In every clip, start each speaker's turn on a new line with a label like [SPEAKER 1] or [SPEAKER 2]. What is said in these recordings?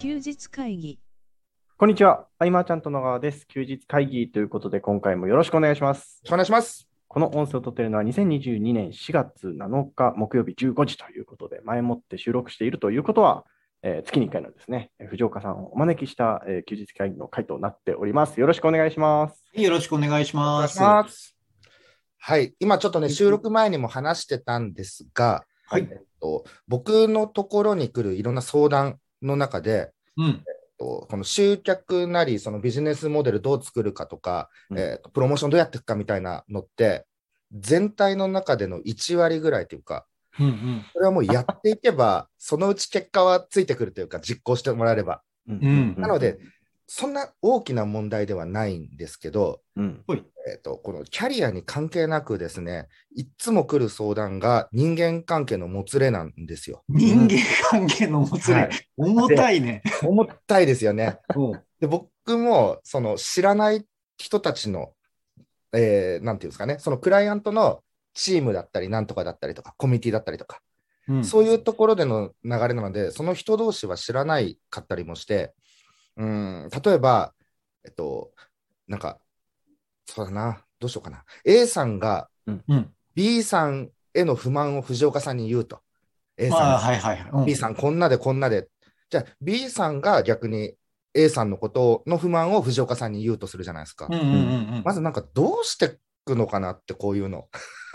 [SPEAKER 1] 休日会議。
[SPEAKER 2] こんにちは。アイマーちゃんと野川です。休日会議ということで、今回もよろしくお願いします。
[SPEAKER 3] お願いします。
[SPEAKER 2] この音声を撮っているのは2022年4月7日木曜日15時ということで、前もって収録しているということは、えー月に1回のですね、えー藤岡さんをお招きした、えー休日会議の回となっております。よろしくお願いします。
[SPEAKER 4] よろしくお願いし
[SPEAKER 3] お願
[SPEAKER 4] ま
[SPEAKER 3] い
[SPEAKER 4] す。
[SPEAKER 3] します。はい。今ちょっとね、収録前にも話してたんですが、
[SPEAKER 2] はい
[SPEAKER 3] えっと、僕のところに来るいろんな相談の中で、
[SPEAKER 4] うん。
[SPEAKER 3] えっとこの集客なり、そのビジネスモデルどう作るかとか、
[SPEAKER 2] うん
[SPEAKER 3] えっとプロモーションどうやっていくかみたいなのって、全体の中での1割ぐらいというか、
[SPEAKER 4] うんうん。
[SPEAKER 3] それはもうやっていけば、 そのうち結果はついてくるというか、実行してもらえれば、
[SPEAKER 2] うん
[SPEAKER 4] うん
[SPEAKER 3] なので、そんな大きな問題ではないんですけど、
[SPEAKER 2] うん
[SPEAKER 3] えっと、このキャリアに関係なくですね、いっつも来る相談が人間関係のもつれなんですよ。
[SPEAKER 4] 人間関係のもつ
[SPEAKER 3] は
[SPEAKER 4] れ、
[SPEAKER 3] い
[SPEAKER 4] 重たいね。
[SPEAKER 3] 重たいですよね。
[SPEAKER 4] うん
[SPEAKER 3] で、僕も、その知らない人たちの、えーなんていうんですかね、そのクライアントのチームだったり、なんとかだったりとか、コミュニティだったりとか、
[SPEAKER 4] うん
[SPEAKER 3] そういうところでの流れなので、その人同士は知らないかったりもして、うん、例えば、えっと、なんか、そうだな、どうしようかな。A さんが
[SPEAKER 4] うん。
[SPEAKER 3] B さんへの不満を藤岡さんに言うと。A さん、
[SPEAKER 4] ああ、はいはいはい。うん
[SPEAKER 3] B さんこんなでこんなで。じゃあ B さんが逆に A さんのことの不満を藤岡さんに言うとするじゃないですか。
[SPEAKER 4] うんうんうんうん。
[SPEAKER 3] まずなんかどうしてくのかなってこういうの。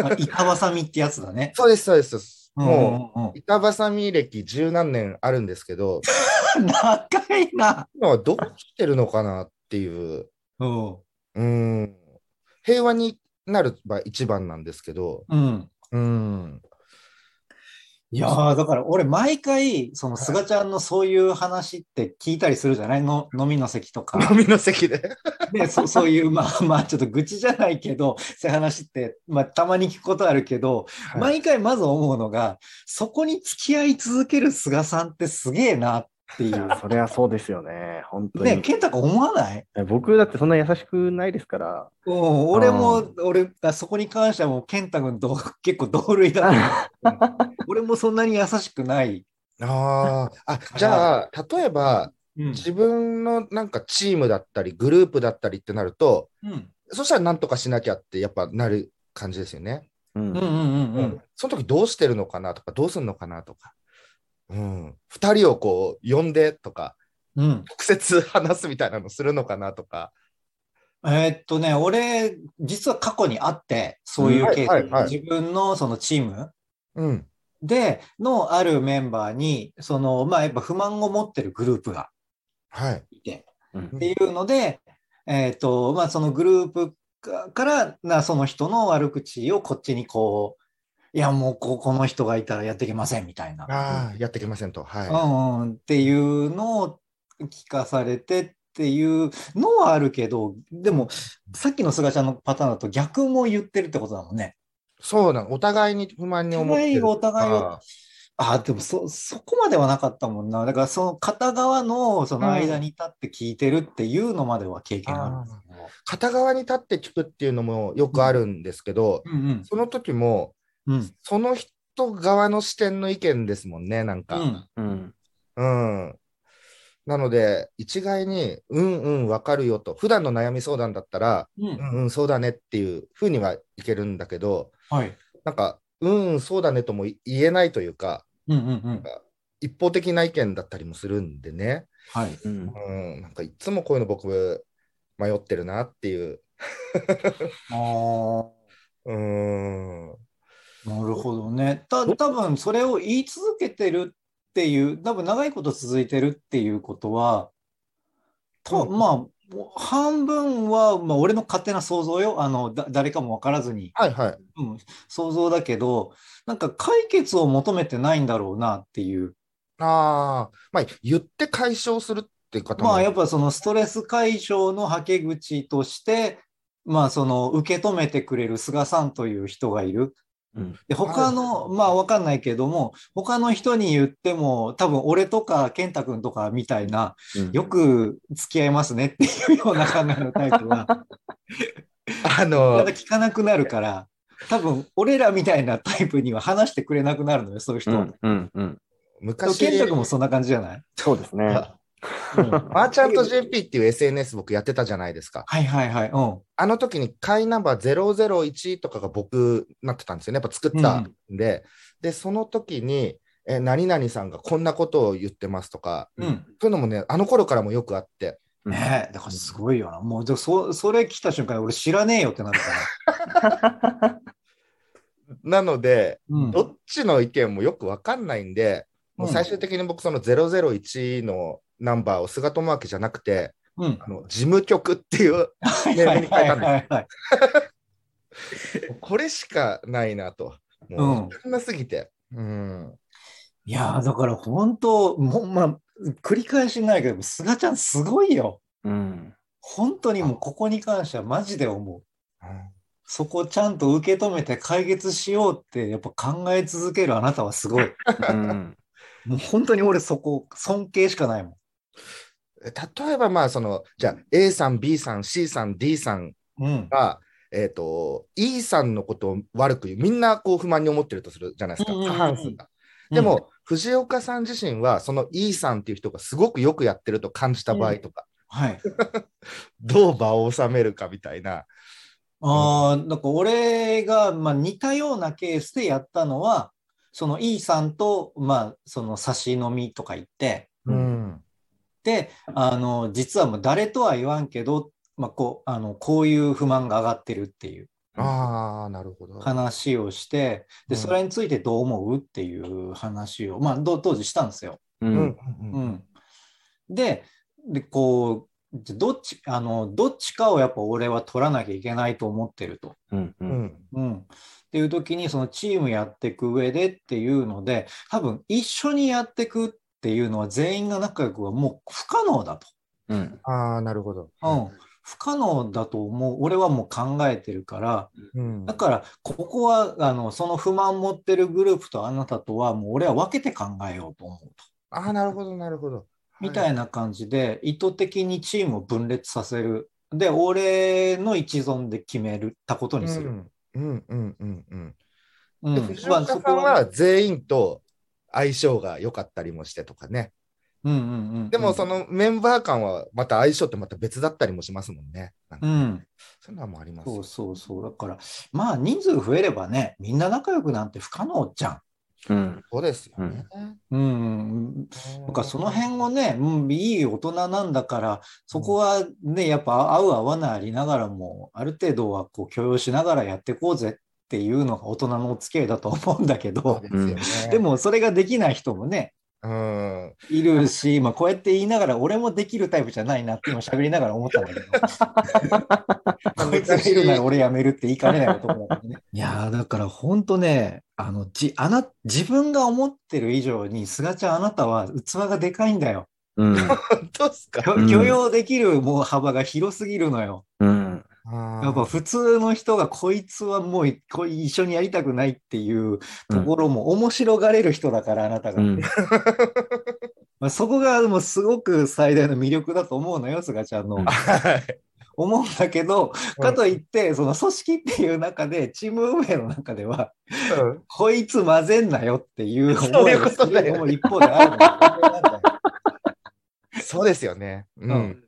[SPEAKER 4] あ板挟みってやつだね。
[SPEAKER 3] そうです、そうです。も
[SPEAKER 4] もうんうん
[SPEAKER 3] う、板挟み歴十何年あるんですけど、
[SPEAKER 4] うん、長いな。
[SPEAKER 3] 今はどうしてるのかなっていう。
[SPEAKER 4] うん。
[SPEAKER 3] うん。平和になれば一番なんですけど、
[SPEAKER 4] うん。
[SPEAKER 3] うん。
[SPEAKER 4] いやーだから俺毎回、その菅ちゃんのそういう話って聞いたりするじゃないの飲みの席とか。
[SPEAKER 3] 飲みの席で。
[SPEAKER 4] で、そそういう、まあ まあ、ちょっと愚痴じゃないけど、そういう話って、まあ、たまに聞くことあるけど、
[SPEAKER 3] い
[SPEAKER 4] 毎回まず思うのが、そこに付き合い続ける菅さんってすげえなってい
[SPEAKER 2] いうや。それはそうですよね。本当に。
[SPEAKER 4] ね、健太君思わない
[SPEAKER 2] 僕だってそんな優しくないですから。
[SPEAKER 4] うん、俺も、俺、あそこに関してはもう健太君と結構同類だ と思う俺もそんなに優しくない。
[SPEAKER 3] あーあ、じゃあ、例えば、
[SPEAKER 4] うん
[SPEAKER 3] 自分のなんかチームだったり、グループだったりってなると、
[SPEAKER 4] うん
[SPEAKER 3] そしたらなんとかしなきゃって、やっぱなる感じですよね。
[SPEAKER 2] うん
[SPEAKER 4] うんうんうん
[SPEAKER 3] その時どうしてるのかなとか、どうするのかなとか、うん、2人をこう呼んでとか、
[SPEAKER 4] うん。う
[SPEAKER 3] 直
[SPEAKER 4] ん
[SPEAKER 3] 接話すみたいなのするのかなとか、
[SPEAKER 4] えーっとね、俺、実は過去にあって、そういうケース、
[SPEAKER 3] はいはいはい
[SPEAKER 4] 自分のそのチーム
[SPEAKER 3] うん、
[SPEAKER 4] でのあるメンバーに、その、まあ、やっぱ不満を持ってるグループが
[SPEAKER 3] はい、
[SPEAKER 4] いて、
[SPEAKER 2] うん
[SPEAKER 4] っていうので、えっ、と、まあ、そのグループかから、なその人の悪口をこっちにこう、いや、もうここの人がいたらやっていけませんみたいな、
[SPEAKER 3] ああ、やってきませんと、はい。
[SPEAKER 4] うんうん、っていうのを聞かされてっていうのはあるけど、でも、さっきの菅ちゃんのパターンだと逆も言ってるってことだもんね。
[SPEAKER 3] そうなの、お互いに不満に思ってる。
[SPEAKER 4] お互いを
[SPEAKER 3] あ
[SPEAKER 4] ああ、でもそ、そこまではなかったもんな。だから、その片側の、その間に立って聞いてるっていうのまでは経験あるんですけど。
[SPEAKER 3] ー片側に立って聞くっていうのもよくあるんですけど、
[SPEAKER 4] うん
[SPEAKER 3] その時も、
[SPEAKER 4] うん。うん。
[SPEAKER 3] その人側の視点の意見ですもんね、なん
[SPEAKER 4] う
[SPEAKER 3] か。
[SPEAKER 4] ん。
[SPEAKER 2] うん
[SPEAKER 3] うん。なので、一概に、うんうん、わかるよと、普段の悩み相談だったら、
[SPEAKER 4] う。
[SPEAKER 3] うんんうん、そうだねっていうふうにはいけるんだけど、
[SPEAKER 4] はい。
[SPEAKER 3] なんか、うんうん、そうだねとも言えないというか、
[SPEAKER 4] うんうんうん。
[SPEAKER 3] 一方的な意見だったりもするんでね、
[SPEAKER 4] はい。
[SPEAKER 2] うん
[SPEAKER 3] うん、なんかいつもこういうの僕、迷ってるなっていう、
[SPEAKER 4] あー
[SPEAKER 3] うん、
[SPEAKER 4] なるほどね。た多分それを言い続けてるっていう、多分長いこと続いてるっていうことは、と
[SPEAKER 3] うん
[SPEAKER 4] まあ、半分は、まあ、俺の勝手な想像よ。あの、だ誰かも分からずに、
[SPEAKER 3] はいはい。
[SPEAKER 4] うん、想像だけど、なんか解決を求めてないんだろうなっていう。
[SPEAKER 3] ああ、まあ、言って解消するっていう方も、
[SPEAKER 4] まあ、やっぱそのストレス解消のはけ口として、まあ、その受け止めてくれる菅さんという人がいる。
[SPEAKER 2] うん
[SPEAKER 4] で他の、
[SPEAKER 3] はい
[SPEAKER 4] まあわかんないけども、他の人に言っても、多分俺とか健太君とかみたいな、
[SPEAKER 2] うん
[SPEAKER 4] よく付き合いますねっていうような考えのタイプは、
[SPEAKER 3] あ
[SPEAKER 4] ま
[SPEAKER 3] の
[SPEAKER 4] た、聞かなくなるから、多分俺らみたいなタイプには話してくれなくなるのよ、そういう人
[SPEAKER 2] う
[SPEAKER 4] は。
[SPEAKER 2] んうんうん
[SPEAKER 4] でも
[SPEAKER 3] 昔、
[SPEAKER 4] 健太君もそんな感じじゃない
[SPEAKER 2] そうですね。
[SPEAKER 4] うん
[SPEAKER 3] マーチャント JP っていう SNS 僕やってたじゃないですか。
[SPEAKER 4] はいはいはい。うん。
[SPEAKER 3] あの時に会員ナンバー001とかが僕なってたんですよね。やっぱ作ったんで。で、その時に、え、何々さんがこんなことを言ってますとか、
[SPEAKER 4] うん。
[SPEAKER 3] そういうのもね、あの頃からもよくあって。
[SPEAKER 4] ねえ、だからすごいよな。もう、でそそれ来た瞬間、俺知らねえよってなるから。
[SPEAKER 3] なので、
[SPEAKER 4] うん
[SPEAKER 3] どっちの意見もよくわかんないんで、もう
[SPEAKER 4] うん
[SPEAKER 3] 最終的に僕その001のナンバーを菅智明じゃなくて、
[SPEAKER 4] うん。
[SPEAKER 3] あの事務局っていう、
[SPEAKER 4] はい
[SPEAKER 3] メー
[SPEAKER 4] は
[SPEAKER 3] ル
[SPEAKER 4] い
[SPEAKER 3] に書い
[SPEAKER 4] はい
[SPEAKER 3] たんです
[SPEAKER 4] はいはい。
[SPEAKER 3] これしかないなと。もう、少なすぎて。うん。
[SPEAKER 4] いやーだから本当、もう、まあ、繰り返しになるけど、菅ちゃんすごいよ。
[SPEAKER 2] うん。
[SPEAKER 4] 本当にもうここに関してはマジで思う。そこをちゃんと受け止めて解決しようって、やっぱ考え続けるあなたはすごい。
[SPEAKER 2] うん。
[SPEAKER 4] もう本当に俺そこ、尊敬しかないもん。
[SPEAKER 3] 例えば、まあ、その、じゃあ、A さん、B さん、C さん、D さん
[SPEAKER 4] うん。
[SPEAKER 3] が、えっ、と、E さんのことを悪く言う、みんなこう不満に思ってるとするじゃないですか、
[SPEAKER 4] うんうんうん
[SPEAKER 3] 過半数が。でも、、藤岡さん自身は、その E さんっていう人がすごくよくやってると感じた場合とか、
[SPEAKER 4] はい。
[SPEAKER 3] どう場を収めるかみたいな。
[SPEAKER 4] ああ、なんか俺が、まあ、似たようなケースでやったのは、その E さんと、まあ、その差し飲みとか行って、
[SPEAKER 3] うん。
[SPEAKER 4] で、あの、実はもう誰とは言わんけど、まあ、こう、あの、こういう不満が上がってるっていう
[SPEAKER 3] ああ、なるほど。
[SPEAKER 4] 話をして、
[SPEAKER 3] う
[SPEAKER 4] で、
[SPEAKER 3] ん
[SPEAKER 4] それについてどう思うっていう話を、まあ、ど当時したんですよ。
[SPEAKER 2] う。
[SPEAKER 3] うんん。
[SPEAKER 4] う。ん、ででこうじゃどっちあのどっちかをやっぱ俺は取らなきゃいけないと思ってると。
[SPEAKER 2] うん。う。
[SPEAKER 3] うんん。
[SPEAKER 4] うん、っていう時にそのチームやっていく上でっていうので多分一緒にやっていくっていうのは全員が仲良くはもう不可能だと。
[SPEAKER 2] うん。
[SPEAKER 3] ああ、なるほど。
[SPEAKER 4] うん不可能だと思う俺はもう考えてるから
[SPEAKER 3] うん。
[SPEAKER 4] だからここはあのその不満持ってるグループとあなたとはもう俺は分けて考えようと思うと
[SPEAKER 3] ああ、なるほど、なるほど。
[SPEAKER 4] みた
[SPEAKER 3] はい
[SPEAKER 4] な感じで、意図的にチームを分裂させる。で、俺の一存で決めるたことにする。
[SPEAKER 3] うんうんうんうん
[SPEAKER 4] う。
[SPEAKER 3] うんん。で藤岡さ
[SPEAKER 4] そ
[SPEAKER 3] ん
[SPEAKER 4] こ
[SPEAKER 3] は全員と相性が良かったりもしてとかね。
[SPEAKER 4] うんうんうん。
[SPEAKER 3] でもそ、のメンバー間はまた相性ってまた別だったりもしますもんね。なん
[SPEAKER 4] う
[SPEAKER 3] か
[SPEAKER 4] ん。
[SPEAKER 3] そういうのはもうあります
[SPEAKER 4] そうそうそう。だから、まあ人数増えればね、みんな仲良くなんて不可能じゃ
[SPEAKER 2] うん。
[SPEAKER 3] そうですよね。
[SPEAKER 4] ん。うん。なんかその辺をね、うん、いい大人なんだから、そこはね、やっぱ合う合わないありながらも、ある程度はこう許容しながらやっていこうぜっていうのが大人のお付き合いだと思うんだけ
[SPEAKER 3] そ
[SPEAKER 4] ど
[SPEAKER 3] う、ですよね。
[SPEAKER 4] で、もそれができない人もね、
[SPEAKER 3] うん。
[SPEAKER 4] いるし、まあ、こうやって言いながら、俺もできるタイプじゃないなって今喋りながら思ったんだけど。 こいつがいるなら俺やめるって言いかねない男だからね。いやーだから本当ね、あの、じ、あな、自分が思ってる以上に、菅ちゃんあなたは器がでかいんだよ。
[SPEAKER 2] うん。
[SPEAKER 3] 本当ですか
[SPEAKER 4] 許
[SPEAKER 2] うん
[SPEAKER 4] 許容できるもう幅が広すぎるのよ。
[SPEAKER 2] うん。
[SPEAKER 4] やっぱ普通の人がこいつはもういこい一緒にやりたくないっていうところも面白がれる人だから、あなたが。
[SPEAKER 2] うん。
[SPEAKER 4] まあ、そこがもうすごく最大の魅力だと思うのよ、菅ちゃんの
[SPEAKER 2] うん。
[SPEAKER 3] はい
[SPEAKER 4] 思うんだけど、
[SPEAKER 3] うん
[SPEAKER 4] かといって、その組織っていう中で、チーム運営の中では、
[SPEAKER 3] うん
[SPEAKER 4] こいつ混ぜんなよっていう
[SPEAKER 3] そう
[SPEAKER 4] 思
[SPEAKER 3] い
[SPEAKER 4] いうが
[SPEAKER 3] こと
[SPEAKER 4] す
[SPEAKER 3] だよ
[SPEAKER 4] るのも一方であるのよこれなんだよ。
[SPEAKER 3] そうですよね。う。
[SPEAKER 4] うんん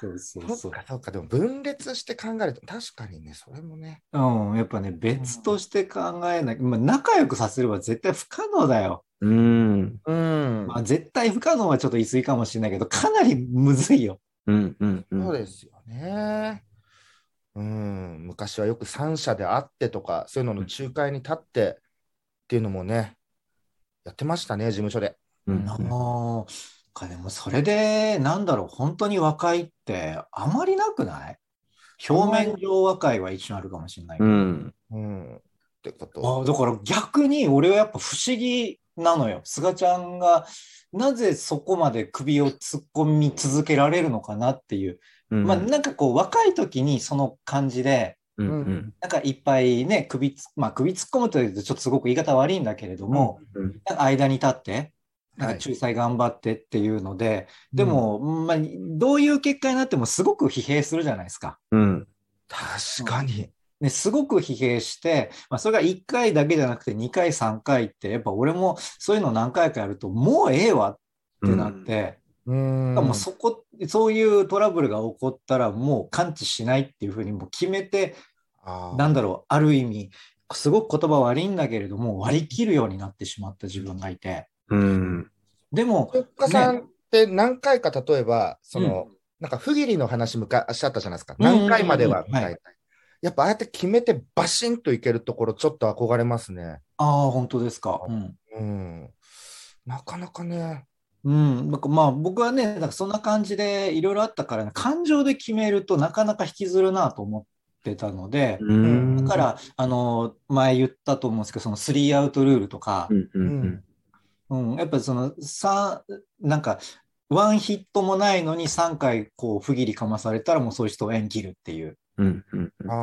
[SPEAKER 4] そうそうそう
[SPEAKER 3] そ
[SPEAKER 4] そうう。
[SPEAKER 3] か、そうか。でも分裂して考えると、確かにね、それもね。
[SPEAKER 4] うん、やっぱね、別として考えなきゃ、まあ、仲良くさせれば絶対不可能だよ。
[SPEAKER 2] うん。
[SPEAKER 3] うん
[SPEAKER 4] まあ、絶対不可能はちょっと言い過ぎかもしれないけど、かなりむずいよ。
[SPEAKER 2] うん。うん。
[SPEAKER 3] そうですよね。うん、昔はよく三者で会ってとか、そういうのの仲介に立ってっていうのもね、やってましたね、事務所で。
[SPEAKER 2] うん
[SPEAKER 4] なあかでもそれでなんだろう本当に和解ってあまりなくない表面上和解は一瞬あるかもしれないけ
[SPEAKER 2] う
[SPEAKER 4] ど、
[SPEAKER 2] ん。
[SPEAKER 3] うん、ってこと。
[SPEAKER 4] あだから逆に俺はやっぱ不思議なのよ菅ちゃんがなぜそこまで首を突っ込み続けられるのかなっていう、
[SPEAKER 2] うん。
[SPEAKER 4] まあなんかこう若い時にその感じで
[SPEAKER 2] うん。うん。
[SPEAKER 4] なんかいっぱいね首つまあ首突っ込むというとちょっとすごく言い方悪いんだけれども、
[SPEAKER 2] うん。
[SPEAKER 4] なんか間に立ってなん
[SPEAKER 3] はい
[SPEAKER 4] か仲裁頑張ってっていうので、でも、まあ、どういう結果になってもすごく疲弊するじゃないですか。
[SPEAKER 2] うん。
[SPEAKER 3] 確かに。
[SPEAKER 4] ね、すごく疲弊して、まあ、それが1回だけじゃなくて2回、3回って、やっぱ俺もそういうの何回かやると、もうええわっってなって、
[SPEAKER 3] うん
[SPEAKER 4] もうそこ、そういうトラブルが起こったら、もう完治しないっていうふうにもう決めて、
[SPEAKER 3] あー
[SPEAKER 4] なんだろう、ある意味、すごく言葉悪いんだけれども、割り切るようになってしまった自分がいて、
[SPEAKER 2] うん。
[SPEAKER 4] でも、
[SPEAKER 3] ふっかさんって何回か例えば、その、なんか不義理の話昔あったじゃないですか。
[SPEAKER 4] うんうんうんうん
[SPEAKER 3] 何回まではみたいな。
[SPEAKER 4] は
[SPEAKER 3] やっぱああやって決めてバシンといけるところちょっと憧れますね。
[SPEAKER 4] ああ、本当ですか。うん
[SPEAKER 3] うん。なかなかね。
[SPEAKER 4] うん、なんかまあ僕はね、なんかそんな感じでいろいろあったからね、感情で決めるとなかなか引きずるなと思ってたので、
[SPEAKER 2] うん
[SPEAKER 4] だから、あの、前言ったと思うんですけど、その3アウトルールとか
[SPEAKER 2] う、んうん
[SPEAKER 4] うん、やっぱりその3、なんか、ワンヒットもないのに3回こう不義理かまされたらもうそういう人を縁切るっていう、
[SPEAKER 2] うんうんうんうん
[SPEAKER 3] あ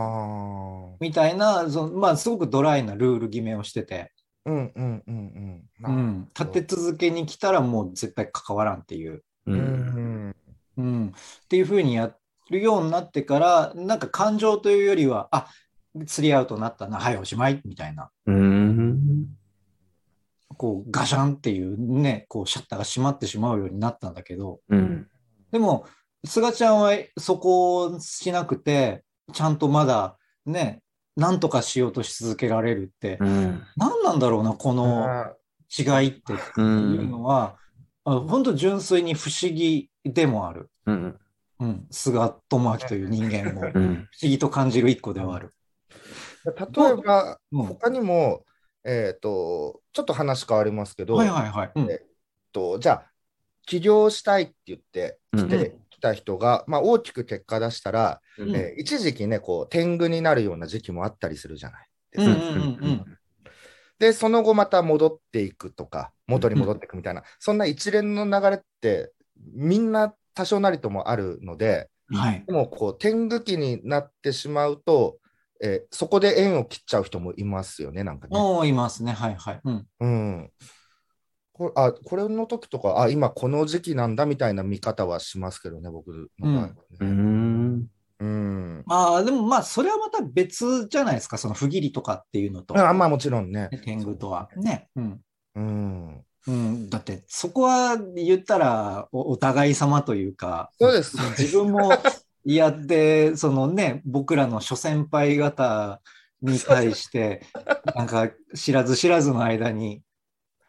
[SPEAKER 3] あ。
[SPEAKER 4] みたいな、そのまあすごくドライなルール決めをしてて、
[SPEAKER 3] うんうんうんう。
[SPEAKER 4] うんん、立て続けに来たらもう絶対関わらんっていう。
[SPEAKER 2] う
[SPEAKER 3] うんん。
[SPEAKER 4] うん、っていうふうにやるようになってからなんか感情というよりはあ釣りアウトになったなはいおしまいみたいな
[SPEAKER 2] うん
[SPEAKER 4] こうガシャンっていうねこうシャッターが閉まってしまうようになったんだけど
[SPEAKER 2] うん
[SPEAKER 4] でもすがちゃんはそこをしなくてちゃんとまだねなんとかしようとし続けられるって、
[SPEAKER 2] うん
[SPEAKER 4] 何なんだろうなこの違いってって
[SPEAKER 2] う
[SPEAKER 4] いうの
[SPEAKER 2] ん
[SPEAKER 4] は、あ本当純粋に不思議でもある、
[SPEAKER 2] うん
[SPEAKER 4] うん、菅智明という人間も。
[SPEAKER 2] うん
[SPEAKER 4] 不思議と感じる一個ではある。
[SPEAKER 3] 例えば、
[SPEAKER 4] うん
[SPEAKER 3] 他にも、えっ、と、ちょっと話変わりますけど、
[SPEAKER 4] はいはいはい。うん
[SPEAKER 3] えとじゃあ、起業したいって言って来
[SPEAKER 2] う
[SPEAKER 3] てきた人が、まあ、大きく結果出したら、
[SPEAKER 2] うん
[SPEAKER 3] えー一時期ね、こう、天狗になるような時期もあったりするじゃない。
[SPEAKER 4] うんうんうん
[SPEAKER 3] で、その後また戻っていくとか、元に戻っていくみたいな、そんな一連の流れって、みんな多少なりともあるので、
[SPEAKER 4] うん。はい。
[SPEAKER 3] でもこう、天狗期になってしまうと、えーそこで縁を切っちゃう人もいますよね、なんかね。
[SPEAKER 4] もういますね。はいはい。うん。
[SPEAKER 3] うん。これあこれの時とか、あ今この時期なんだみたいな見方はしますけどね、僕の場合はね、
[SPEAKER 2] うん
[SPEAKER 3] うん
[SPEAKER 4] まあでもまあそれはまた別じゃないですか。その不義理とかっていうのと。
[SPEAKER 3] あまあもちろんね。
[SPEAKER 4] 天狗とは。ね。うん。
[SPEAKER 3] うん、
[SPEAKER 4] うん、だってそこは言ったらおお互い様というか
[SPEAKER 3] そうです。
[SPEAKER 4] 自分もやって そのね僕らの諸先輩方に対して なんか知らず知らずの間に、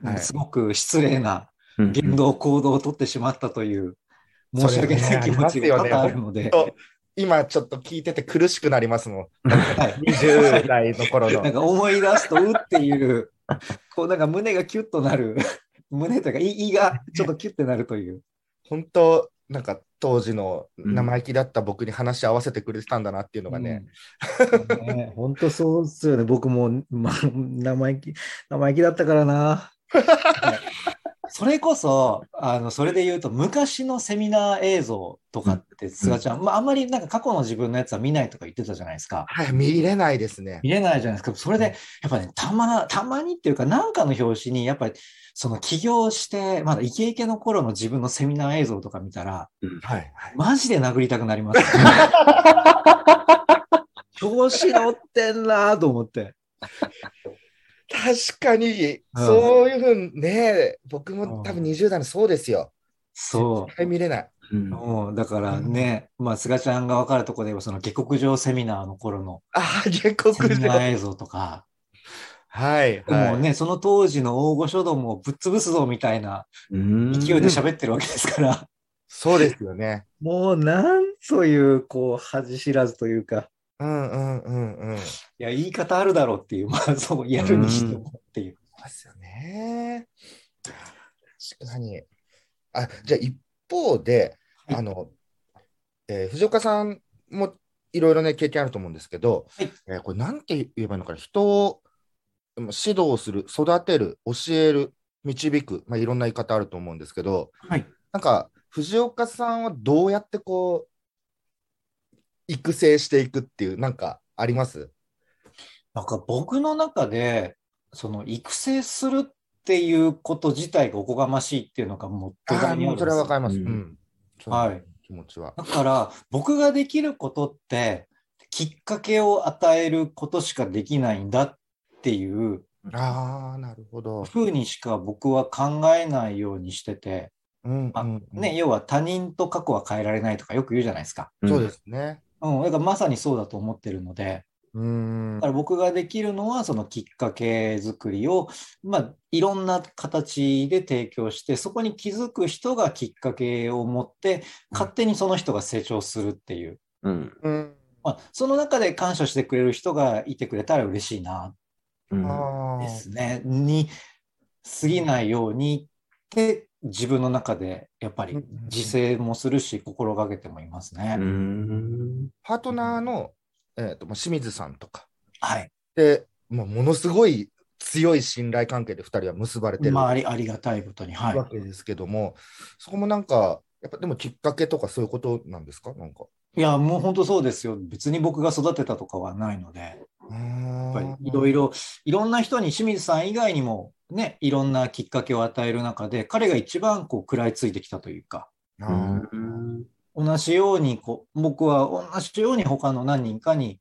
[SPEAKER 3] はい
[SPEAKER 4] すごく失礼な
[SPEAKER 2] うん
[SPEAKER 4] 言動行動を取ってしまったという 申し訳ない気持ちが多々あるので、
[SPEAKER 3] と今ちょっと聞いてて苦しくなります もん。
[SPEAKER 4] はい
[SPEAKER 3] 20代の頃
[SPEAKER 4] なん
[SPEAKER 3] の。
[SPEAKER 4] か思い出すとうっていう、こうなんか胸がキュッとなる、 胸というか胃胃がちょっとキュッてなるという。
[SPEAKER 3] 本当、なんか当時の生意気だった僕に話し合わせてくれてたんだなっていうのがね。
[SPEAKER 4] うんね本当そうですよね。僕も、まあ、生意気、生意気だったからな。それこそ、あの、それで言うと、昔のセミナー映像とかって、菅ちゃん、まあ、あんまりなんか過去の自分のやつは見ないとか言ってたじゃないですか。
[SPEAKER 3] はい、見れないですね。
[SPEAKER 4] 見れないじゃないですか。それで、やっぱね、たま、たまにっていうか、なんかの表紙に、やっぱり、その起業して、まだイケイケの頃の自分のセミナー映像とか見たら、
[SPEAKER 3] はい、はい。
[SPEAKER 4] マジで殴りたくなり ます、ね。調子乗ってんなぁと思って。
[SPEAKER 3] 確かに、そういうふうにね、僕も多分20代のそうですよ。
[SPEAKER 4] そ
[SPEAKER 3] 絶対見れない。
[SPEAKER 2] うん
[SPEAKER 4] う。もう、だからね、まあ、菅ちゃんがわかるところで言えば、その下克上セミナーの頃の
[SPEAKER 3] ああ、下
[SPEAKER 4] セ
[SPEAKER 3] 克
[SPEAKER 4] ミナ
[SPEAKER 3] 上。
[SPEAKER 4] ー映像とか、
[SPEAKER 3] はい、
[SPEAKER 4] もう
[SPEAKER 3] はい。
[SPEAKER 4] ね、その当時の大御所どもをぶっ潰すぞみたいな
[SPEAKER 2] うん
[SPEAKER 4] 勢いで喋ってるわけですから。
[SPEAKER 3] そうですよね。
[SPEAKER 4] もうなんという、こう、恥知らずというか、
[SPEAKER 3] うんうんうんうん。そ
[SPEAKER 4] いや、言い方あるだろうっていう、ま あ、そう、やるにしてもっていう。
[SPEAKER 3] うですよね。確かに。あ、じゃあ一方で、
[SPEAKER 4] はい
[SPEAKER 3] あの、えー藤岡さんもいろいろね、経験あると思うんですけど、
[SPEAKER 4] はい
[SPEAKER 3] えーこれなんて言えばいいのかな、人をうん指導する、育てる、教える、導く、まあ、いろんな言い方あると思うんですけど、
[SPEAKER 4] はい。
[SPEAKER 3] なんか、藤岡さんはどうやってこう、育成していくっていう、なんかあります
[SPEAKER 4] なんか僕の中で、その、育成するっていうこと自体がおこがましいっていうのがもう
[SPEAKER 3] あ
[SPEAKER 4] 土
[SPEAKER 3] ー
[SPEAKER 4] 台にあ
[SPEAKER 3] もう
[SPEAKER 4] るんです
[SPEAKER 3] それはわかります。う
[SPEAKER 2] うん
[SPEAKER 3] ん。
[SPEAKER 4] はい。
[SPEAKER 3] 気持ちは。
[SPEAKER 4] だから、僕ができることって、きっかけを与えることしかできないんだっていう
[SPEAKER 3] ああ、なるほど。
[SPEAKER 4] ふうにしか僕は考えないようにしてて、
[SPEAKER 3] うん
[SPEAKER 4] まあ
[SPEAKER 3] うんうん
[SPEAKER 4] ね、要は他人と過去は変えられないとかよく言うじゃないですか。
[SPEAKER 3] そうですね。
[SPEAKER 4] うん、だからまさにそうだと思ってるので、
[SPEAKER 3] うーん
[SPEAKER 4] だから僕ができるのはそのきっかけ作りを、まあ、いろんな形で提供してそこに気づく人がきっかけを持って勝手にその人が成長するっていう、
[SPEAKER 2] うん。
[SPEAKER 3] うん
[SPEAKER 4] まあ、その中で感謝してくれる人がいてくれたら嬉しいな
[SPEAKER 2] うん。
[SPEAKER 3] あー
[SPEAKER 4] ですね、に過ぎないようにって自分の中でやっぱり自制もするし心がけてもいますね。
[SPEAKER 2] うん。
[SPEAKER 3] パートナーの、えー、とまあ清水さんとか
[SPEAKER 4] はい、
[SPEAKER 3] で、もうものすごい強い信頼関係で2人は結ばれてる
[SPEAKER 4] まあ、あ
[SPEAKER 3] わ
[SPEAKER 4] りありがたいことに、はい、
[SPEAKER 3] けですけども、そこもなんか、やっぱでもきっかけとかそういうことなんですかなんか。
[SPEAKER 4] いや、もう本当そうですよ。別に僕が育てたとかはないので、や
[SPEAKER 3] や
[SPEAKER 4] っぱりいろいろ、いろんな人に、清水さん以外にも、ね、いろんなきっかけを与える中で、彼が一番こう食らいついてきたというか、
[SPEAKER 2] うん。
[SPEAKER 4] 同じようにこう、僕は同じように他の何人かに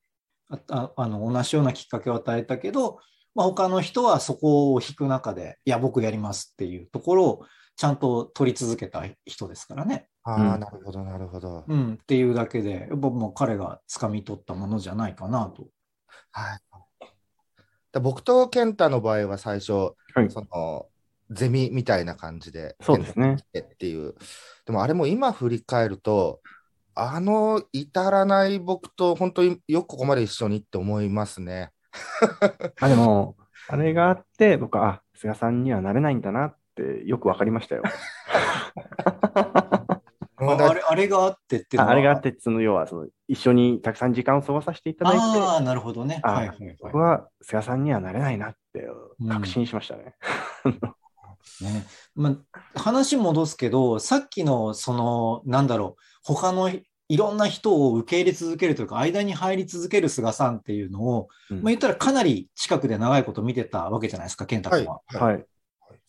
[SPEAKER 4] あああの、同じようなきっかけを与えたけど、まあ、他の人はそこを引く中で、いや、僕やりますっていうところを、ちゃんと取り続けた人ですからね。
[SPEAKER 3] あ
[SPEAKER 2] う
[SPEAKER 3] あ、
[SPEAKER 2] ん
[SPEAKER 3] なるほど、なるほど。
[SPEAKER 4] うん、っていうだけで、やっぱもう彼が掴み取ったものじゃないかなと。
[SPEAKER 3] はい、だ僕と健太の場合は最初、
[SPEAKER 2] はい
[SPEAKER 3] そのゼミみたいな感じで、
[SPEAKER 2] そうですね。
[SPEAKER 3] 健太が来てっていう。でもあれも今振り返ると、あの至らない僕と本当によくここまで一緒にって思いますね。
[SPEAKER 2] あ、でも、あれがあって、僕は、あ、菅さんにはなれないんだなってよくわかりま したよ。
[SPEAKER 4] ああれあれがあってっていうの
[SPEAKER 2] あ
[SPEAKER 4] は
[SPEAKER 2] あれがあって、その要はその、一緒にたくさん時間を過ごさせていただいて、
[SPEAKER 4] ああ、なるほどね。
[SPEAKER 2] あー
[SPEAKER 4] はいはい
[SPEAKER 2] 僕
[SPEAKER 4] は
[SPEAKER 2] は菅さんにはなれないなって確信しましたね。
[SPEAKER 4] い。ねまあ、話戻すけど、さっきの、その、なんだろう、他のいろんな人を受け入れ続けるというか、間に入り続ける菅さんっていうのを、
[SPEAKER 2] うん
[SPEAKER 4] まあ、言ったらかなり近くで長いこと見てたわけじゃないですか、健太
[SPEAKER 3] はい
[SPEAKER 4] 君は。
[SPEAKER 3] はい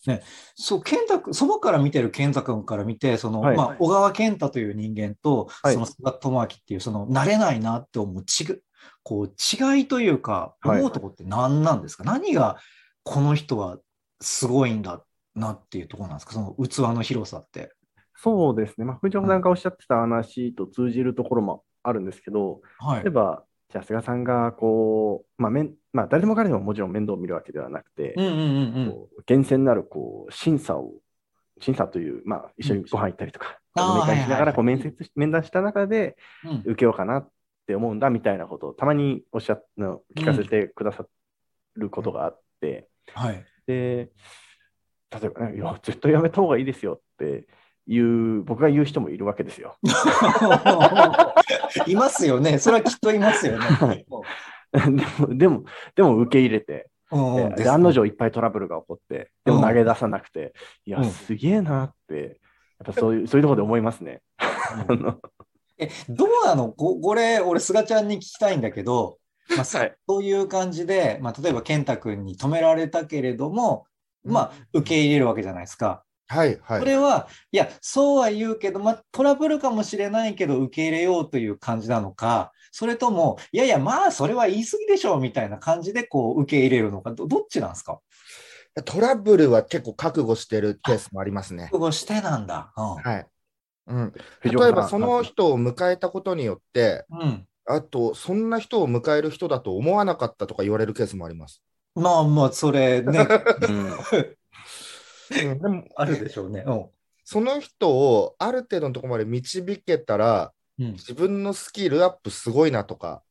[SPEAKER 2] はい。
[SPEAKER 4] そう、健太君、そばから見てる健太君から見て、その、
[SPEAKER 2] はい
[SPEAKER 4] まあ、小川健太という人間と、
[SPEAKER 2] はい
[SPEAKER 4] その菅智明っていう、その、慣れないなって思う、ちぐ、こう、違いというか、
[SPEAKER 2] はい
[SPEAKER 4] 思うとこって何なんですか、何が、この人はすごいんだなっていうところなんですかその器の広さって。
[SPEAKER 2] そうですね。まあ、藤岡さんがおっしゃってた話と通じるところもあるんですけど、
[SPEAKER 4] はい
[SPEAKER 2] 例え。ば、じゃあ菅さんがこう、まあ、めんまあ、誰でも彼でももちろん面倒を見るわけではなくて
[SPEAKER 4] う、んうんうんうん。
[SPEAKER 2] こう厳選なるこう審査を、審査という、まあ、一緒にご飯行ったりとか、
[SPEAKER 4] うん
[SPEAKER 2] 飲み会しながら
[SPEAKER 4] あー
[SPEAKER 2] こう面接し面談した中で
[SPEAKER 4] うん
[SPEAKER 2] 受けようかなって思うんだみたいなことをたまにおっしゃの聞かせてくださることがあって、
[SPEAKER 4] はい。
[SPEAKER 2] で、例えばね、いや、絶対やめた方がいいですよっていう、僕が言う人もいるわけですよ。
[SPEAKER 4] い ますよね。それはきっといますよね。
[SPEAKER 2] はいでも、でも、でも受け入れて、
[SPEAKER 4] うんうん
[SPEAKER 2] で案の定いっぱいトラブルが起こって、でも投げ出さなくて、いや、
[SPEAKER 4] うん
[SPEAKER 2] すげえなって、やっぱそういう、そういうところで思いますね。あの
[SPEAKER 4] え、どうなのここれ、俺、菅ちゃんに聞きたいんだけ ど、まあ、そ
[SPEAKER 2] はい
[SPEAKER 4] そういう感じで、まあ、例えば、健太君に止められたけれども、まあ、受け入れるわけじゃないですか。
[SPEAKER 3] はい、はい。
[SPEAKER 4] これは、いや、そうは言うけど、まあ、トラブルかもしれないけど、受け入れようという感じなのか、それとも、いやいや、まあ、それは言い過ぎでしょう、みたいな感じで、こう、受け入れるのか、どどっちなんですか
[SPEAKER 3] トラブルは結構覚悟してるケースもありますね。
[SPEAKER 4] 覚悟してなんだ。う
[SPEAKER 3] はい。うん、
[SPEAKER 2] 藤岡さ
[SPEAKER 3] 例え
[SPEAKER 2] ん
[SPEAKER 3] ばその人を迎えたことによって、
[SPEAKER 4] ん。うん。
[SPEAKER 3] あと、そんな人を迎える人だと思わなかったとか言われるケースもあります。
[SPEAKER 4] まあまあ、それね、
[SPEAKER 2] うん
[SPEAKER 3] うん、でも
[SPEAKER 4] あるでしょうね。う
[SPEAKER 3] その人をある程度のところまで導けたら、
[SPEAKER 4] ん。うん。
[SPEAKER 3] 自分のスキルアップすごいなとか、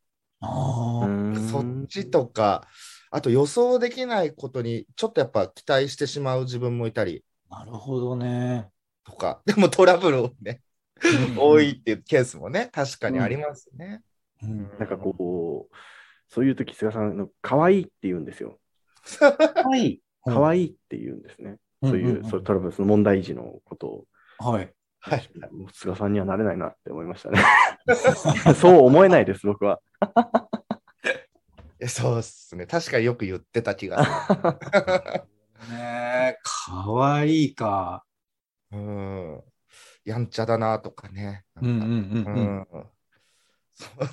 [SPEAKER 4] ああ。
[SPEAKER 3] そっちとか、あと予想できないことにちょっとやっぱ期待してしまう自分もいたり
[SPEAKER 4] なるほど ね。
[SPEAKER 3] とか、 でもトラブルをね、多いっていうケースもね、確かにありますね。
[SPEAKER 4] うん。うん
[SPEAKER 2] なんかこう、そういう時菅さんの、可愛いって言うんですよ。
[SPEAKER 4] はい。
[SPEAKER 2] 可愛いって言うんですね。
[SPEAKER 4] ん
[SPEAKER 2] そういう、そういうトラブル、その問題児のことを。
[SPEAKER 4] はい。
[SPEAKER 3] はい。
[SPEAKER 2] もう菅さんにはなれないなって思いましたね。そう思えないです、僕は。
[SPEAKER 3] えそうっすね。確かによく言ってた気がす
[SPEAKER 4] ねえ、かわいいか。
[SPEAKER 3] る。うん。やんちゃだなとかね。
[SPEAKER 4] うんう
[SPEAKER 3] なんか
[SPEAKER 4] んうんうん。
[SPEAKER 3] うんそう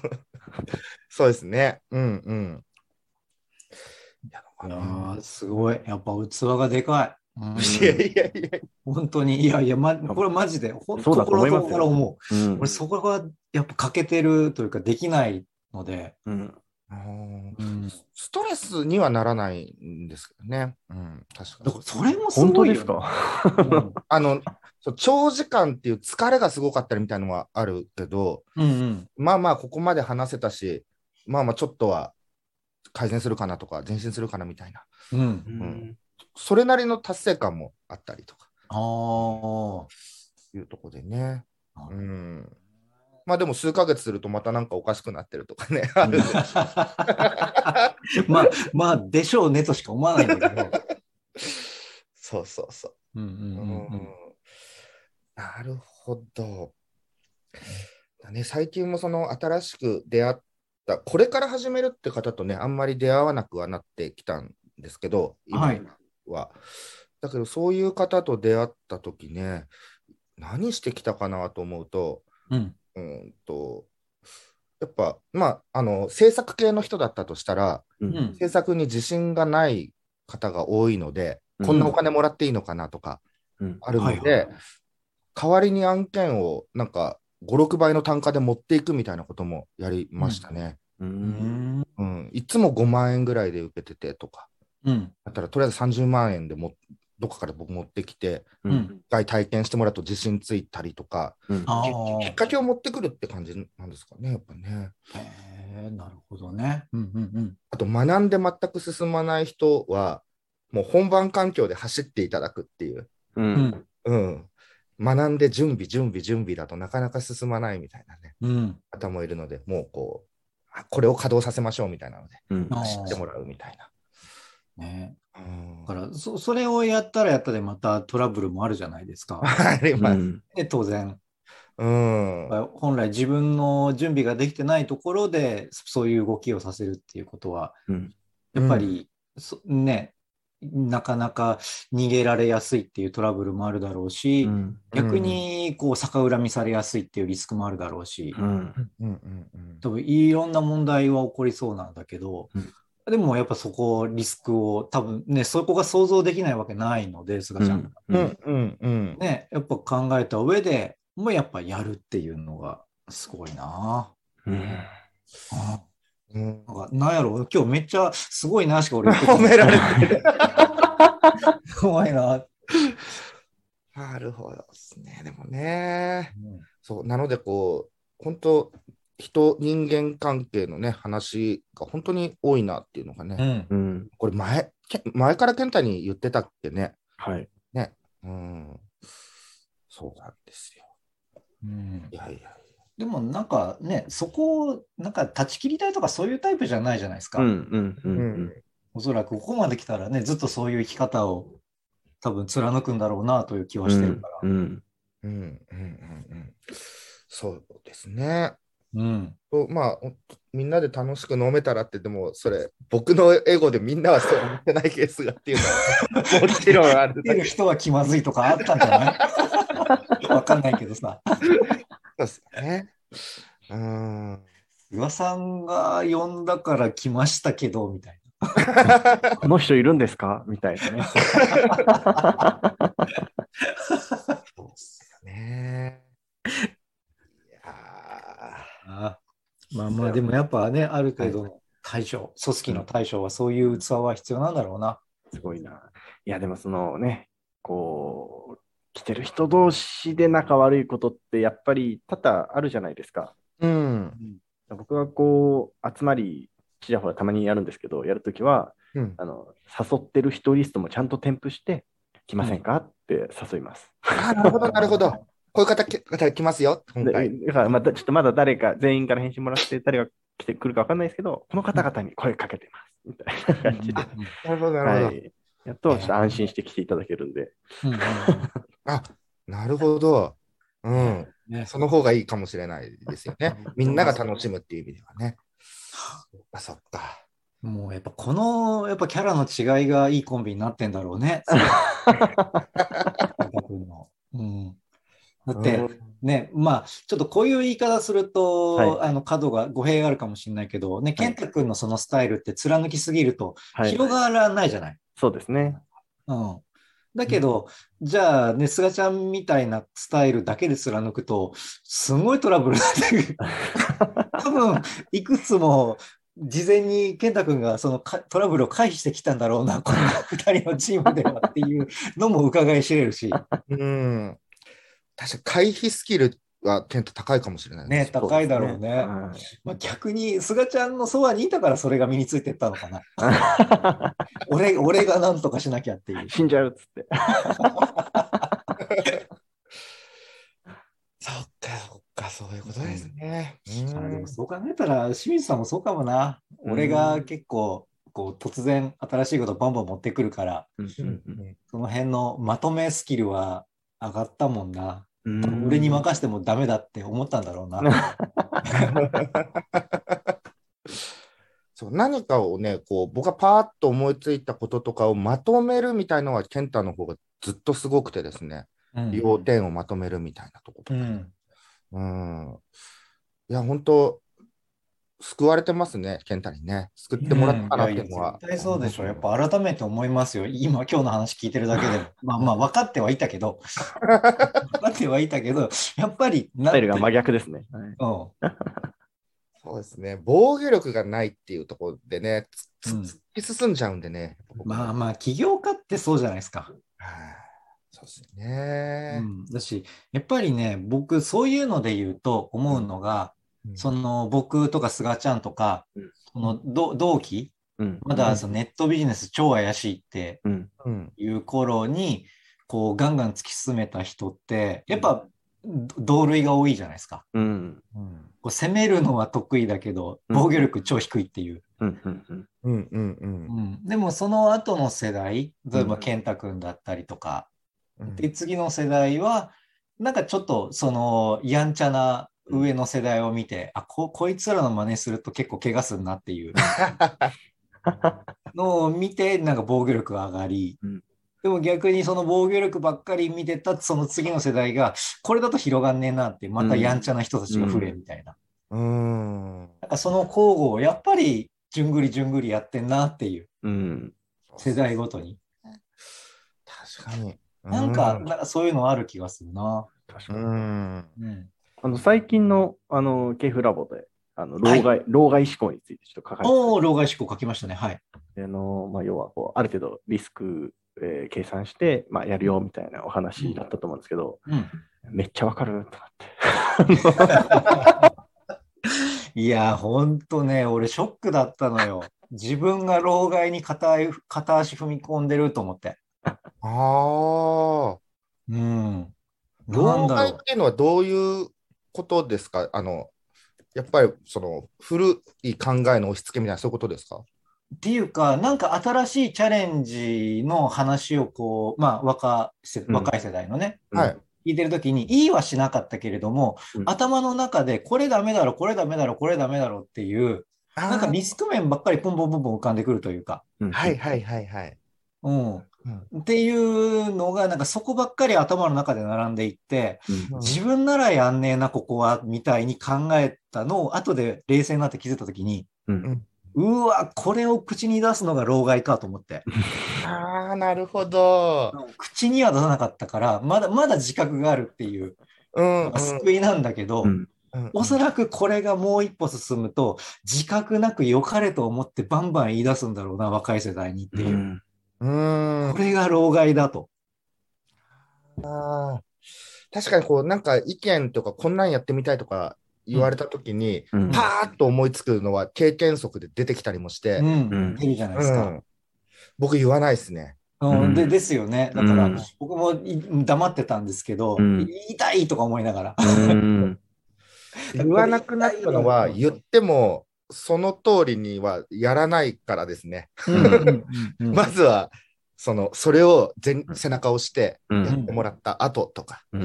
[SPEAKER 3] そうですね。うんうん。いや
[SPEAKER 4] いやーすごい。やっぱ器がでかう
[SPEAKER 3] い
[SPEAKER 4] ん
[SPEAKER 3] やいやいや
[SPEAKER 4] 本当に、いやいや、ま、これマジで、本
[SPEAKER 2] そ
[SPEAKER 4] 当
[SPEAKER 2] うだと思いま
[SPEAKER 4] 心の
[SPEAKER 2] すよ
[SPEAKER 4] 底から思う。
[SPEAKER 2] うん
[SPEAKER 4] 俺、そこがやっぱ欠けてるというか、できないので、
[SPEAKER 2] うん
[SPEAKER 3] あー
[SPEAKER 4] うん、
[SPEAKER 3] ストレスにはならないんですけどね。うん、確か
[SPEAKER 4] だ
[SPEAKER 3] に
[SPEAKER 4] から。それもす
[SPEAKER 2] 本当
[SPEAKER 4] ごいよ
[SPEAKER 2] ですか
[SPEAKER 3] あの、そう長時間っていう疲れがすごかったりみたいのはあるけど、
[SPEAKER 4] うんうん
[SPEAKER 3] まあまあ、ここまで話せたし、まあまあ、ちょっとは改善するかなとか、前進するかなみたいな、
[SPEAKER 4] うん。うん。
[SPEAKER 2] うん
[SPEAKER 3] それなりの達成感もあったりとか
[SPEAKER 4] ああ。
[SPEAKER 3] いうとこでね。
[SPEAKER 4] あ
[SPEAKER 3] うん。まあでも、数ヶ月するとまたなんかおかしくなってるとかね。あるんで
[SPEAKER 4] まあ、まあ、でしょうねとしか思わないんだけど。
[SPEAKER 3] そうそうそう。
[SPEAKER 4] うんうんうんう
[SPEAKER 3] うんんなるほど。だね、最近もその新しく出会った、これから始めるって方とね、あんまり出会わなくはなってきたんですけど、今
[SPEAKER 4] はい
[SPEAKER 3] は。だけど、そういう方と出会った時ね、何してきたかなと思うと、
[SPEAKER 4] うん。
[SPEAKER 3] うーんと、やっぱ、まあ、あの、制作系の人だったとしたら、
[SPEAKER 2] う
[SPEAKER 4] うんん。
[SPEAKER 3] 制作に自信がない方が多いので、こんなお金もらっていいのかなとか
[SPEAKER 2] うん
[SPEAKER 3] あるの
[SPEAKER 4] はいはい
[SPEAKER 3] で、代わりに案件をなんか5、6倍の単価で持っていくみたいなこともやりましたね。
[SPEAKER 2] う
[SPEAKER 4] うんん。
[SPEAKER 3] うん、いつも5万円ぐらいで受けててとか、
[SPEAKER 4] うん。
[SPEAKER 3] だったらとりあえず30万円でもどっかから僕持ってきて、
[SPEAKER 2] う
[SPEAKER 4] うんん
[SPEAKER 3] 一回体験してもらうと自信ついたりとか、
[SPEAKER 2] うん
[SPEAKER 4] あ
[SPEAKER 3] きっかけを持ってくるって感じなんですかね、やっぱね。
[SPEAKER 4] あ。へえ、なるほどね。うんうん
[SPEAKER 3] あと、学んで全く進まない人は、もう本番環境で走っていただくっていう。
[SPEAKER 2] う
[SPEAKER 4] うんん。
[SPEAKER 3] うん。学んで準備、準備、準備だとなかなか進まないみたいなね、
[SPEAKER 4] うん。うん。
[SPEAKER 3] 方もいるので、もうこう、あこれを稼働させましょうみたいなので、
[SPEAKER 2] うん
[SPEAKER 4] あー
[SPEAKER 3] 走ってもらうみたいな。
[SPEAKER 4] ね。
[SPEAKER 3] うん
[SPEAKER 4] だから、そ、それをやったらやったでまたトラブルもあるじゃないですか。
[SPEAKER 3] あり
[SPEAKER 2] う
[SPEAKER 3] ます。
[SPEAKER 2] ん
[SPEAKER 4] で、当然。
[SPEAKER 3] うん。
[SPEAKER 4] 本来自分の準備ができてないところで、そういう動きをさせるっていうことは、
[SPEAKER 2] うん
[SPEAKER 4] やっぱり、そね、なかなか逃げられやすいっていうトラブルもあるだろうし、
[SPEAKER 2] うん
[SPEAKER 4] 逆にこう逆恨みされやすいっていうリスクもあるだろうし、
[SPEAKER 2] うん
[SPEAKER 3] うんうんうん
[SPEAKER 4] 多分いろんな問題は起こりそうなんだけど、
[SPEAKER 2] うん
[SPEAKER 4] でもやっぱそこリスクを多分ねそこが想像できないわけないので菅ちゃん、
[SPEAKER 2] う
[SPEAKER 3] うんんうんうん。
[SPEAKER 4] ねやっぱ考えた上でもうやっぱやるっていうのがすごいな
[SPEAKER 2] うん
[SPEAKER 4] あ
[SPEAKER 3] うん
[SPEAKER 4] なんかなんやろ今日めっちゃすごいなしか俺言ってた
[SPEAKER 3] 褒められ てる。
[SPEAKER 4] すごいな、
[SPEAKER 3] なるほどですね。でもね。そう、なのでこう、本当人、人間関係のね、話が本当に多いなっていうのがね、
[SPEAKER 4] うん
[SPEAKER 2] うん
[SPEAKER 3] これ前、け前から健太に言ってたっけね。
[SPEAKER 2] はい
[SPEAKER 3] うん。そうなんですよ。
[SPEAKER 4] うん
[SPEAKER 3] いやいや。
[SPEAKER 4] でもなんかねそこをなんか断ち切りたいとかそういうタイプじゃないじゃないですか、
[SPEAKER 2] うんうんうんうん
[SPEAKER 4] おそらくここまで来たらね、ずっとそういう生き方を多分貫くんだろうなという気はしてるか
[SPEAKER 2] う
[SPEAKER 4] ら。
[SPEAKER 2] ん
[SPEAKER 3] うん、うん、うん、うん。そうですね。
[SPEAKER 4] うん。
[SPEAKER 3] とまあ、ほんとみんなで楽しく飲めたらって、でも、それ、僕のエゴでみんなはそう思ってないケースがっていうのは、もちろんある
[SPEAKER 4] 来てる人は気まずいとかあったんじゃない わかんないけどさ。
[SPEAKER 3] そうですよね。うん。
[SPEAKER 4] 岩さんが呼んだから来ましたけど、みたい
[SPEAKER 2] この人いるんですかみたいなね
[SPEAKER 3] そうっすよね。いや
[SPEAKER 4] な。まあまあ、でもやっぱね、ある程度の対象、組織の対象はそういう器は必要なんだろうな。
[SPEAKER 2] すごいないやでもそのねこう来てる人同士で仲悪いことってやっぱり多々あるじゃないですか
[SPEAKER 3] ーうん。
[SPEAKER 2] 僕はこう集まりちらほらたまにやるんですけどやるときは
[SPEAKER 3] うん、
[SPEAKER 2] あの誘ってる人リストもちゃんと添付して来ませんかって誘います。
[SPEAKER 3] あなるほど、なるほど。こういう方、方来ますよ、今
[SPEAKER 2] で
[SPEAKER 3] 回。
[SPEAKER 2] だからまたちょっとまだ誰か全員から返信もらって誰が来てくるか分かんないですけどこの方々に声かけてますみたいな感じで、
[SPEAKER 3] なるほど、なる
[SPEAKER 2] は
[SPEAKER 3] ほど。
[SPEAKER 2] い、やっとちょっと安心して来ていただけるんで、
[SPEAKER 4] うんうんうん
[SPEAKER 3] あ、なるほど。うん。
[SPEAKER 4] ね
[SPEAKER 3] その方がいいかもしれないですよ ね。みんなが楽しむっていう意味ではね。あ、そっか。
[SPEAKER 4] もうやっぱこのやっぱキャラの違いがいいコンビになってんだろうね。うん、だって、
[SPEAKER 3] うん
[SPEAKER 4] ね、まあちょっとこういう言い方すると、
[SPEAKER 2] はい
[SPEAKER 4] あの角が語弊があるかもしれないけど、ね、健太君のそのスタイルって貫きすぎると
[SPEAKER 2] はい、
[SPEAKER 4] 広がらないじゃない。
[SPEAKER 2] そうですね。
[SPEAKER 4] うん、だけど、じゃあね、菅ちゃんみたいなスタイルだけで貫くと、すごいトラブルになって くる多分、いくつも、事前に健太君がそのかトラブルを回避してきたんだろうな、この2人の チームではっていうのも伺い知れるし、
[SPEAKER 3] うん。確かに回避スキルはテント高いかもしれない
[SPEAKER 4] ね、高いだろうね。
[SPEAKER 2] はい
[SPEAKER 4] まあ、逆に、菅ちゃんのそばにいたからそれが身についてったのかな。俺俺がなんとかしなきゃって いう。
[SPEAKER 2] 死んじゃうっつって。
[SPEAKER 3] そっか、そっか、そういうことですね。
[SPEAKER 4] あ
[SPEAKER 3] う
[SPEAKER 4] で
[SPEAKER 3] ん
[SPEAKER 4] もそう考えたら、清水さんもそうかもな。
[SPEAKER 2] うん
[SPEAKER 4] 俺が結構、こう、突然新しいことバンバン持ってくるから、その辺のまとめスキルは上がったもんな。
[SPEAKER 2] うん
[SPEAKER 4] 俺に任せてもダメだって思ったんだろうな。
[SPEAKER 3] そう何かをね、こう僕がパーッと思いついたこととかをまとめるみたいのは、健太の方がずっとすごくてですね、
[SPEAKER 4] うん。
[SPEAKER 3] 要点をまとめるみたいなとこ
[SPEAKER 4] う
[SPEAKER 3] とか。
[SPEAKER 4] ん、
[SPEAKER 3] うん。いや、本当救われてますね、健太にね。救ってもらったかなっていうのは。
[SPEAKER 4] 絶対そうでしょ。やっぱ改めて思いますよ。今、今日の話聞いてるだけでも。まあまあ、分かってはいたけど。分かってはいたけど、やっぱり
[SPEAKER 2] ス
[SPEAKER 4] なん
[SPEAKER 2] タ
[SPEAKER 4] て、
[SPEAKER 2] イルが真逆ですね。はい
[SPEAKER 4] うん。
[SPEAKER 3] そうですね。防御力がないっていうところでね、つ
[SPEAKER 4] うん
[SPEAKER 3] つ突き進んじゃうんでね。
[SPEAKER 4] まあまあ、起業家ってそうじゃないですか。
[SPEAKER 3] はいそうですね
[SPEAKER 4] う。ん、だし、やっぱりね、僕、そういうので言うと思うのが、
[SPEAKER 3] うん
[SPEAKER 4] その僕とか菅ちゃんとか、
[SPEAKER 2] うん
[SPEAKER 4] そのど同期、
[SPEAKER 2] うん
[SPEAKER 4] まだそのネットビジネス超怪しいって
[SPEAKER 2] うん
[SPEAKER 3] うん
[SPEAKER 4] いう頃に、こう、ガンガン突き進めた人って、やっぱ、ど同類が多いじゃないですか。
[SPEAKER 2] うん
[SPEAKER 4] こう攻めるのは得意だけど、
[SPEAKER 2] うん
[SPEAKER 4] 防御力超低いっていう。
[SPEAKER 2] うんうんうん
[SPEAKER 3] うんうんうん
[SPEAKER 4] うんでも、その後の世代、例えば
[SPEAKER 2] うん
[SPEAKER 4] 健太君だったりとか、
[SPEAKER 3] うん
[SPEAKER 4] で次の世代はなんかちょっとそのやんちゃな上の世代を見て、あここいつらの真似すると結構怪我するなっていうのを見てなんか防御力が上がり、
[SPEAKER 2] うん
[SPEAKER 4] でも逆にその防御力ばっかり見てたその次の世代がこれだと広がんねえなってまたやんちゃな人たちが増えみたいな,、
[SPEAKER 3] うん
[SPEAKER 4] なんかその交互をやっぱりじゅんぐりじゅんぐりやってんなっていう
[SPEAKER 2] うん
[SPEAKER 4] 世代ごとに、
[SPEAKER 3] 確かに。
[SPEAKER 4] なんかなんかそういうのある気がするな。
[SPEAKER 2] 確か
[SPEAKER 3] う
[SPEAKER 2] に
[SPEAKER 3] ん。
[SPEAKER 4] うん
[SPEAKER 2] あの最近のあのケーフラボであの老
[SPEAKER 4] はい
[SPEAKER 2] 害、老害思考についてちょっと書かれて
[SPEAKER 4] おお、老害思考書きましたね。はい。
[SPEAKER 2] あの、まあ、要はこうある程度リスク、えー計算して、まあ、やるよみたいなお話だったと思うんですけど、
[SPEAKER 4] うん、
[SPEAKER 2] めっちゃわかると
[SPEAKER 4] いや、ほんとね、俺ショックだったのよ。自分が老害に片い片足踏み込んでると思って。
[SPEAKER 3] ああ。
[SPEAKER 4] うん。なん
[SPEAKER 3] 老
[SPEAKER 4] だ
[SPEAKER 3] 害っ
[SPEAKER 4] ろう。
[SPEAKER 3] ていうのはどういうことですかあの、やっぱりその古い考えの押し付けみたいな、そういうことですか
[SPEAKER 4] っていうか、なんか新しいチャレンジの話をこう、まあ若世、
[SPEAKER 2] うん
[SPEAKER 4] 若い世代のね、
[SPEAKER 2] 思
[SPEAKER 3] は
[SPEAKER 2] っ
[SPEAKER 3] い
[SPEAKER 2] て。
[SPEAKER 4] 聞いてるときに、いいはしなかったけれども、
[SPEAKER 2] うん
[SPEAKER 4] 頭の中でこれダメだろ、これダメだろ、これダメだろっていう、なんかリスク面ばっかりポンポンポンポン浮かんでくるというか。
[SPEAKER 2] うん
[SPEAKER 3] はいはいはいはい。
[SPEAKER 4] うん、っていうのが、なんかそこばっかり頭の中で並んでいって、
[SPEAKER 2] うん
[SPEAKER 4] 自分ならやんねえな、ここは、みたいに考えたのを、後で冷静になって気づいたときに、
[SPEAKER 2] うん
[SPEAKER 4] うわ、これを口に出すのが老害かと思って。
[SPEAKER 3] ああ、なるほど。
[SPEAKER 4] 口には出さなかったから、まだ、まだ自覚があるっていう、
[SPEAKER 3] うん、うん。
[SPEAKER 4] 救いなんだけど、
[SPEAKER 2] うん
[SPEAKER 3] うん
[SPEAKER 4] おそらくこれがもう一歩進むと、自覚なく良かれと思ってバンバン言い出すんだろうな、若い世代にっていうう。
[SPEAKER 2] ん
[SPEAKER 3] うん
[SPEAKER 4] これが老害だと。
[SPEAKER 3] あー確かにこう、なんか意見とか、こんなんやってみたいとか言われたときに、
[SPEAKER 2] うん
[SPEAKER 3] パーッと思いつくのは経験則で出てきたりもして、
[SPEAKER 4] う。
[SPEAKER 2] うんん
[SPEAKER 4] 出るじゃないで
[SPEAKER 3] う
[SPEAKER 4] すか。
[SPEAKER 3] ん僕言わないですね。
[SPEAKER 4] う、
[SPEAKER 2] うんん
[SPEAKER 4] でですよね。だから、
[SPEAKER 2] うん
[SPEAKER 4] 僕もい黙ってたんですけど、
[SPEAKER 2] うん
[SPEAKER 4] 言いたいとか思いながら。
[SPEAKER 2] うん
[SPEAKER 3] 言わなくなったのは、言っても、その通りにはやらないからですね。
[SPEAKER 4] うん
[SPEAKER 3] まずは、その、それを全背中を押して、
[SPEAKER 2] う
[SPEAKER 3] や
[SPEAKER 2] ん
[SPEAKER 3] ってもらった後とか
[SPEAKER 2] うん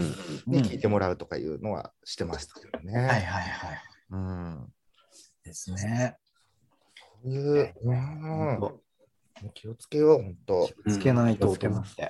[SPEAKER 3] に聞いてもらうとかいうのはしてましたけど
[SPEAKER 4] はいは
[SPEAKER 3] ね。
[SPEAKER 4] いはい。
[SPEAKER 3] うん。
[SPEAKER 4] ですね。
[SPEAKER 3] そういう、うん。気をつけよう、本当。
[SPEAKER 2] うん
[SPEAKER 4] つけないと
[SPEAKER 2] 気をつけ
[SPEAKER 4] 思
[SPEAKER 2] ま
[SPEAKER 4] っ
[SPEAKER 2] す
[SPEAKER 4] て。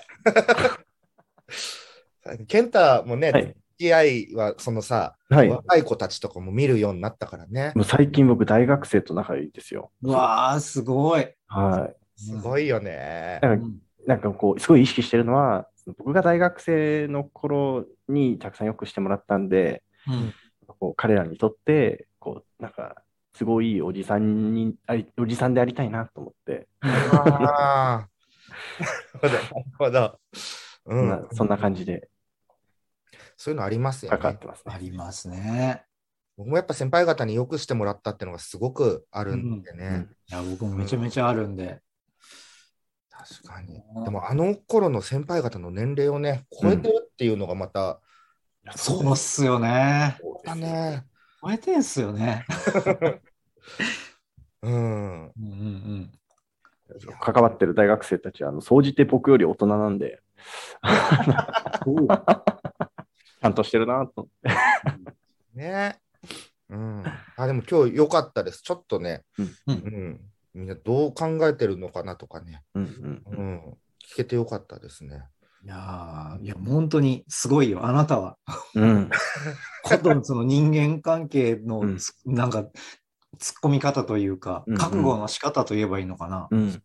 [SPEAKER 3] 健太もね、
[SPEAKER 2] は
[SPEAKER 3] 付
[SPEAKER 2] い
[SPEAKER 3] き合いは、そのさ、
[SPEAKER 2] はい
[SPEAKER 3] 若い子たちとかも見るようになったからね。
[SPEAKER 2] もう最近僕大学生と仲いいですよ
[SPEAKER 4] うわー、すごい。
[SPEAKER 2] は
[SPEAKER 3] すごいよね
[SPEAKER 2] い。。
[SPEAKER 4] う
[SPEAKER 2] なんか
[SPEAKER 4] ん
[SPEAKER 2] なんかこう、すごい意識してるのは、僕が大学生の頃にたくさんよくしてもらったんで、
[SPEAKER 4] うん
[SPEAKER 2] こう彼らにとって、こう、なんか、すごいいいおじさんにあり、おじさんでありたいなと思って、
[SPEAKER 3] あーなるほど、なるほど。う
[SPEAKER 2] ま
[SPEAKER 3] ん
[SPEAKER 2] あ、そんな感じで
[SPEAKER 3] そういうのありますよ
[SPEAKER 2] 関わっ
[SPEAKER 3] ね。
[SPEAKER 2] てますね
[SPEAKER 4] ありますね。
[SPEAKER 3] 僕もやっぱ先輩方によくしてもらったっていうのがすごくあるんでね。
[SPEAKER 2] うん
[SPEAKER 4] いや、僕もめちゃめちゃあるんで。
[SPEAKER 3] 確かに。でもあの頃の先輩方の年齢をね、超えてるっていうのがまた、
[SPEAKER 4] そうっすよね。
[SPEAKER 3] だね。
[SPEAKER 4] 超えてんすよね。
[SPEAKER 3] うん。
[SPEAKER 4] うんうんうん。
[SPEAKER 2] 関わってる大学生たちは、あの総じて僕より大人なんで、ちゃんとしてるなと。
[SPEAKER 3] ね。うん。あ、でも今日良かったです。ちょっとね、
[SPEAKER 4] う
[SPEAKER 3] うんん。みんなどう考えてるのかなとかね。
[SPEAKER 2] うんうん
[SPEAKER 3] う、ん。聞けてよかったですね。
[SPEAKER 4] いやーいや、本当にすごいよ、あなたは。
[SPEAKER 2] うん、
[SPEAKER 4] ことのその人間関係の、
[SPEAKER 2] うん
[SPEAKER 4] つなんか、突っ込み方というか
[SPEAKER 2] うんう、ん
[SPEAKER 4] 覚悟の仕方といえばいいのかな。
[SPEAKER 2] うん、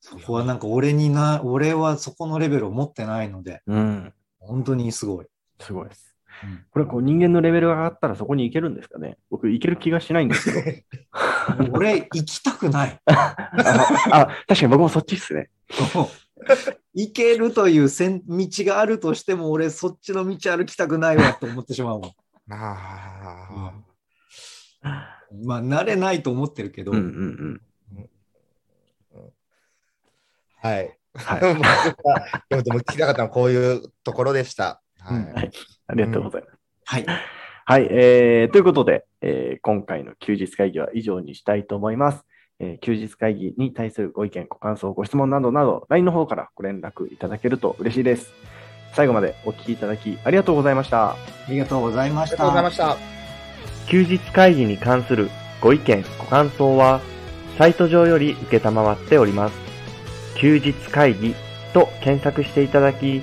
[SPEAKER 4] そこはなんか俺にな、俺はそこのレベルを持ってないので、
[SPEAKER 2] うん、
[SPEAKER 4] 本当にすごい。
[SPEAKER 2] すごいです。これ、こう人間のレベルが上がったらそこに行けるんですかね僕、行ける気がしないんですけど。
[SPEAKER 4] うん俺、行きたくない。
[SPEAKER 2] あ、あ確かに僕もそっちっすね。
[SPEAKER 4] 行けるという線道があるとしても、俺、そっちの道歩きたくないわと思ってしまうもん。
[SPEAKER 3] ああ。
[SPEAKER 4] まあ、慣れないと思ってるけど、
[SPEAKER 2] うんうんうん。
[SPEAKER 3] はい。
[SPEAKER 2] はい
[SPEAKER 3] でもでもでも聞きたかったのはこういうところでした。はい。
[SPEAKER 4] うん
[SPEAKER 2] ありがとうございます。
[SPEAKER 4] はい。
[SPEAKER 2] はい、えーということで、えー今回の休日会議は以上にしたいと思います。えー休日会議に対するご意見、ご感想、ご質問などなど、LINE の方からご連絡いただけると嬉しいです。最後までお聞きいただきありがとうございました。
[SPEAKER 4] ありがとうございま
[SPEAKER 3] あり
[SPEAKER 4] し
[SPEAKER 3] がとうござい
[SPEAKER 4] た
[SPEAKER 3] ま。した。
[SPEAKER 1] 休日会議に関するご意見、ご感想は、サイト上より受けたまわっております。休日会議と検索していただき、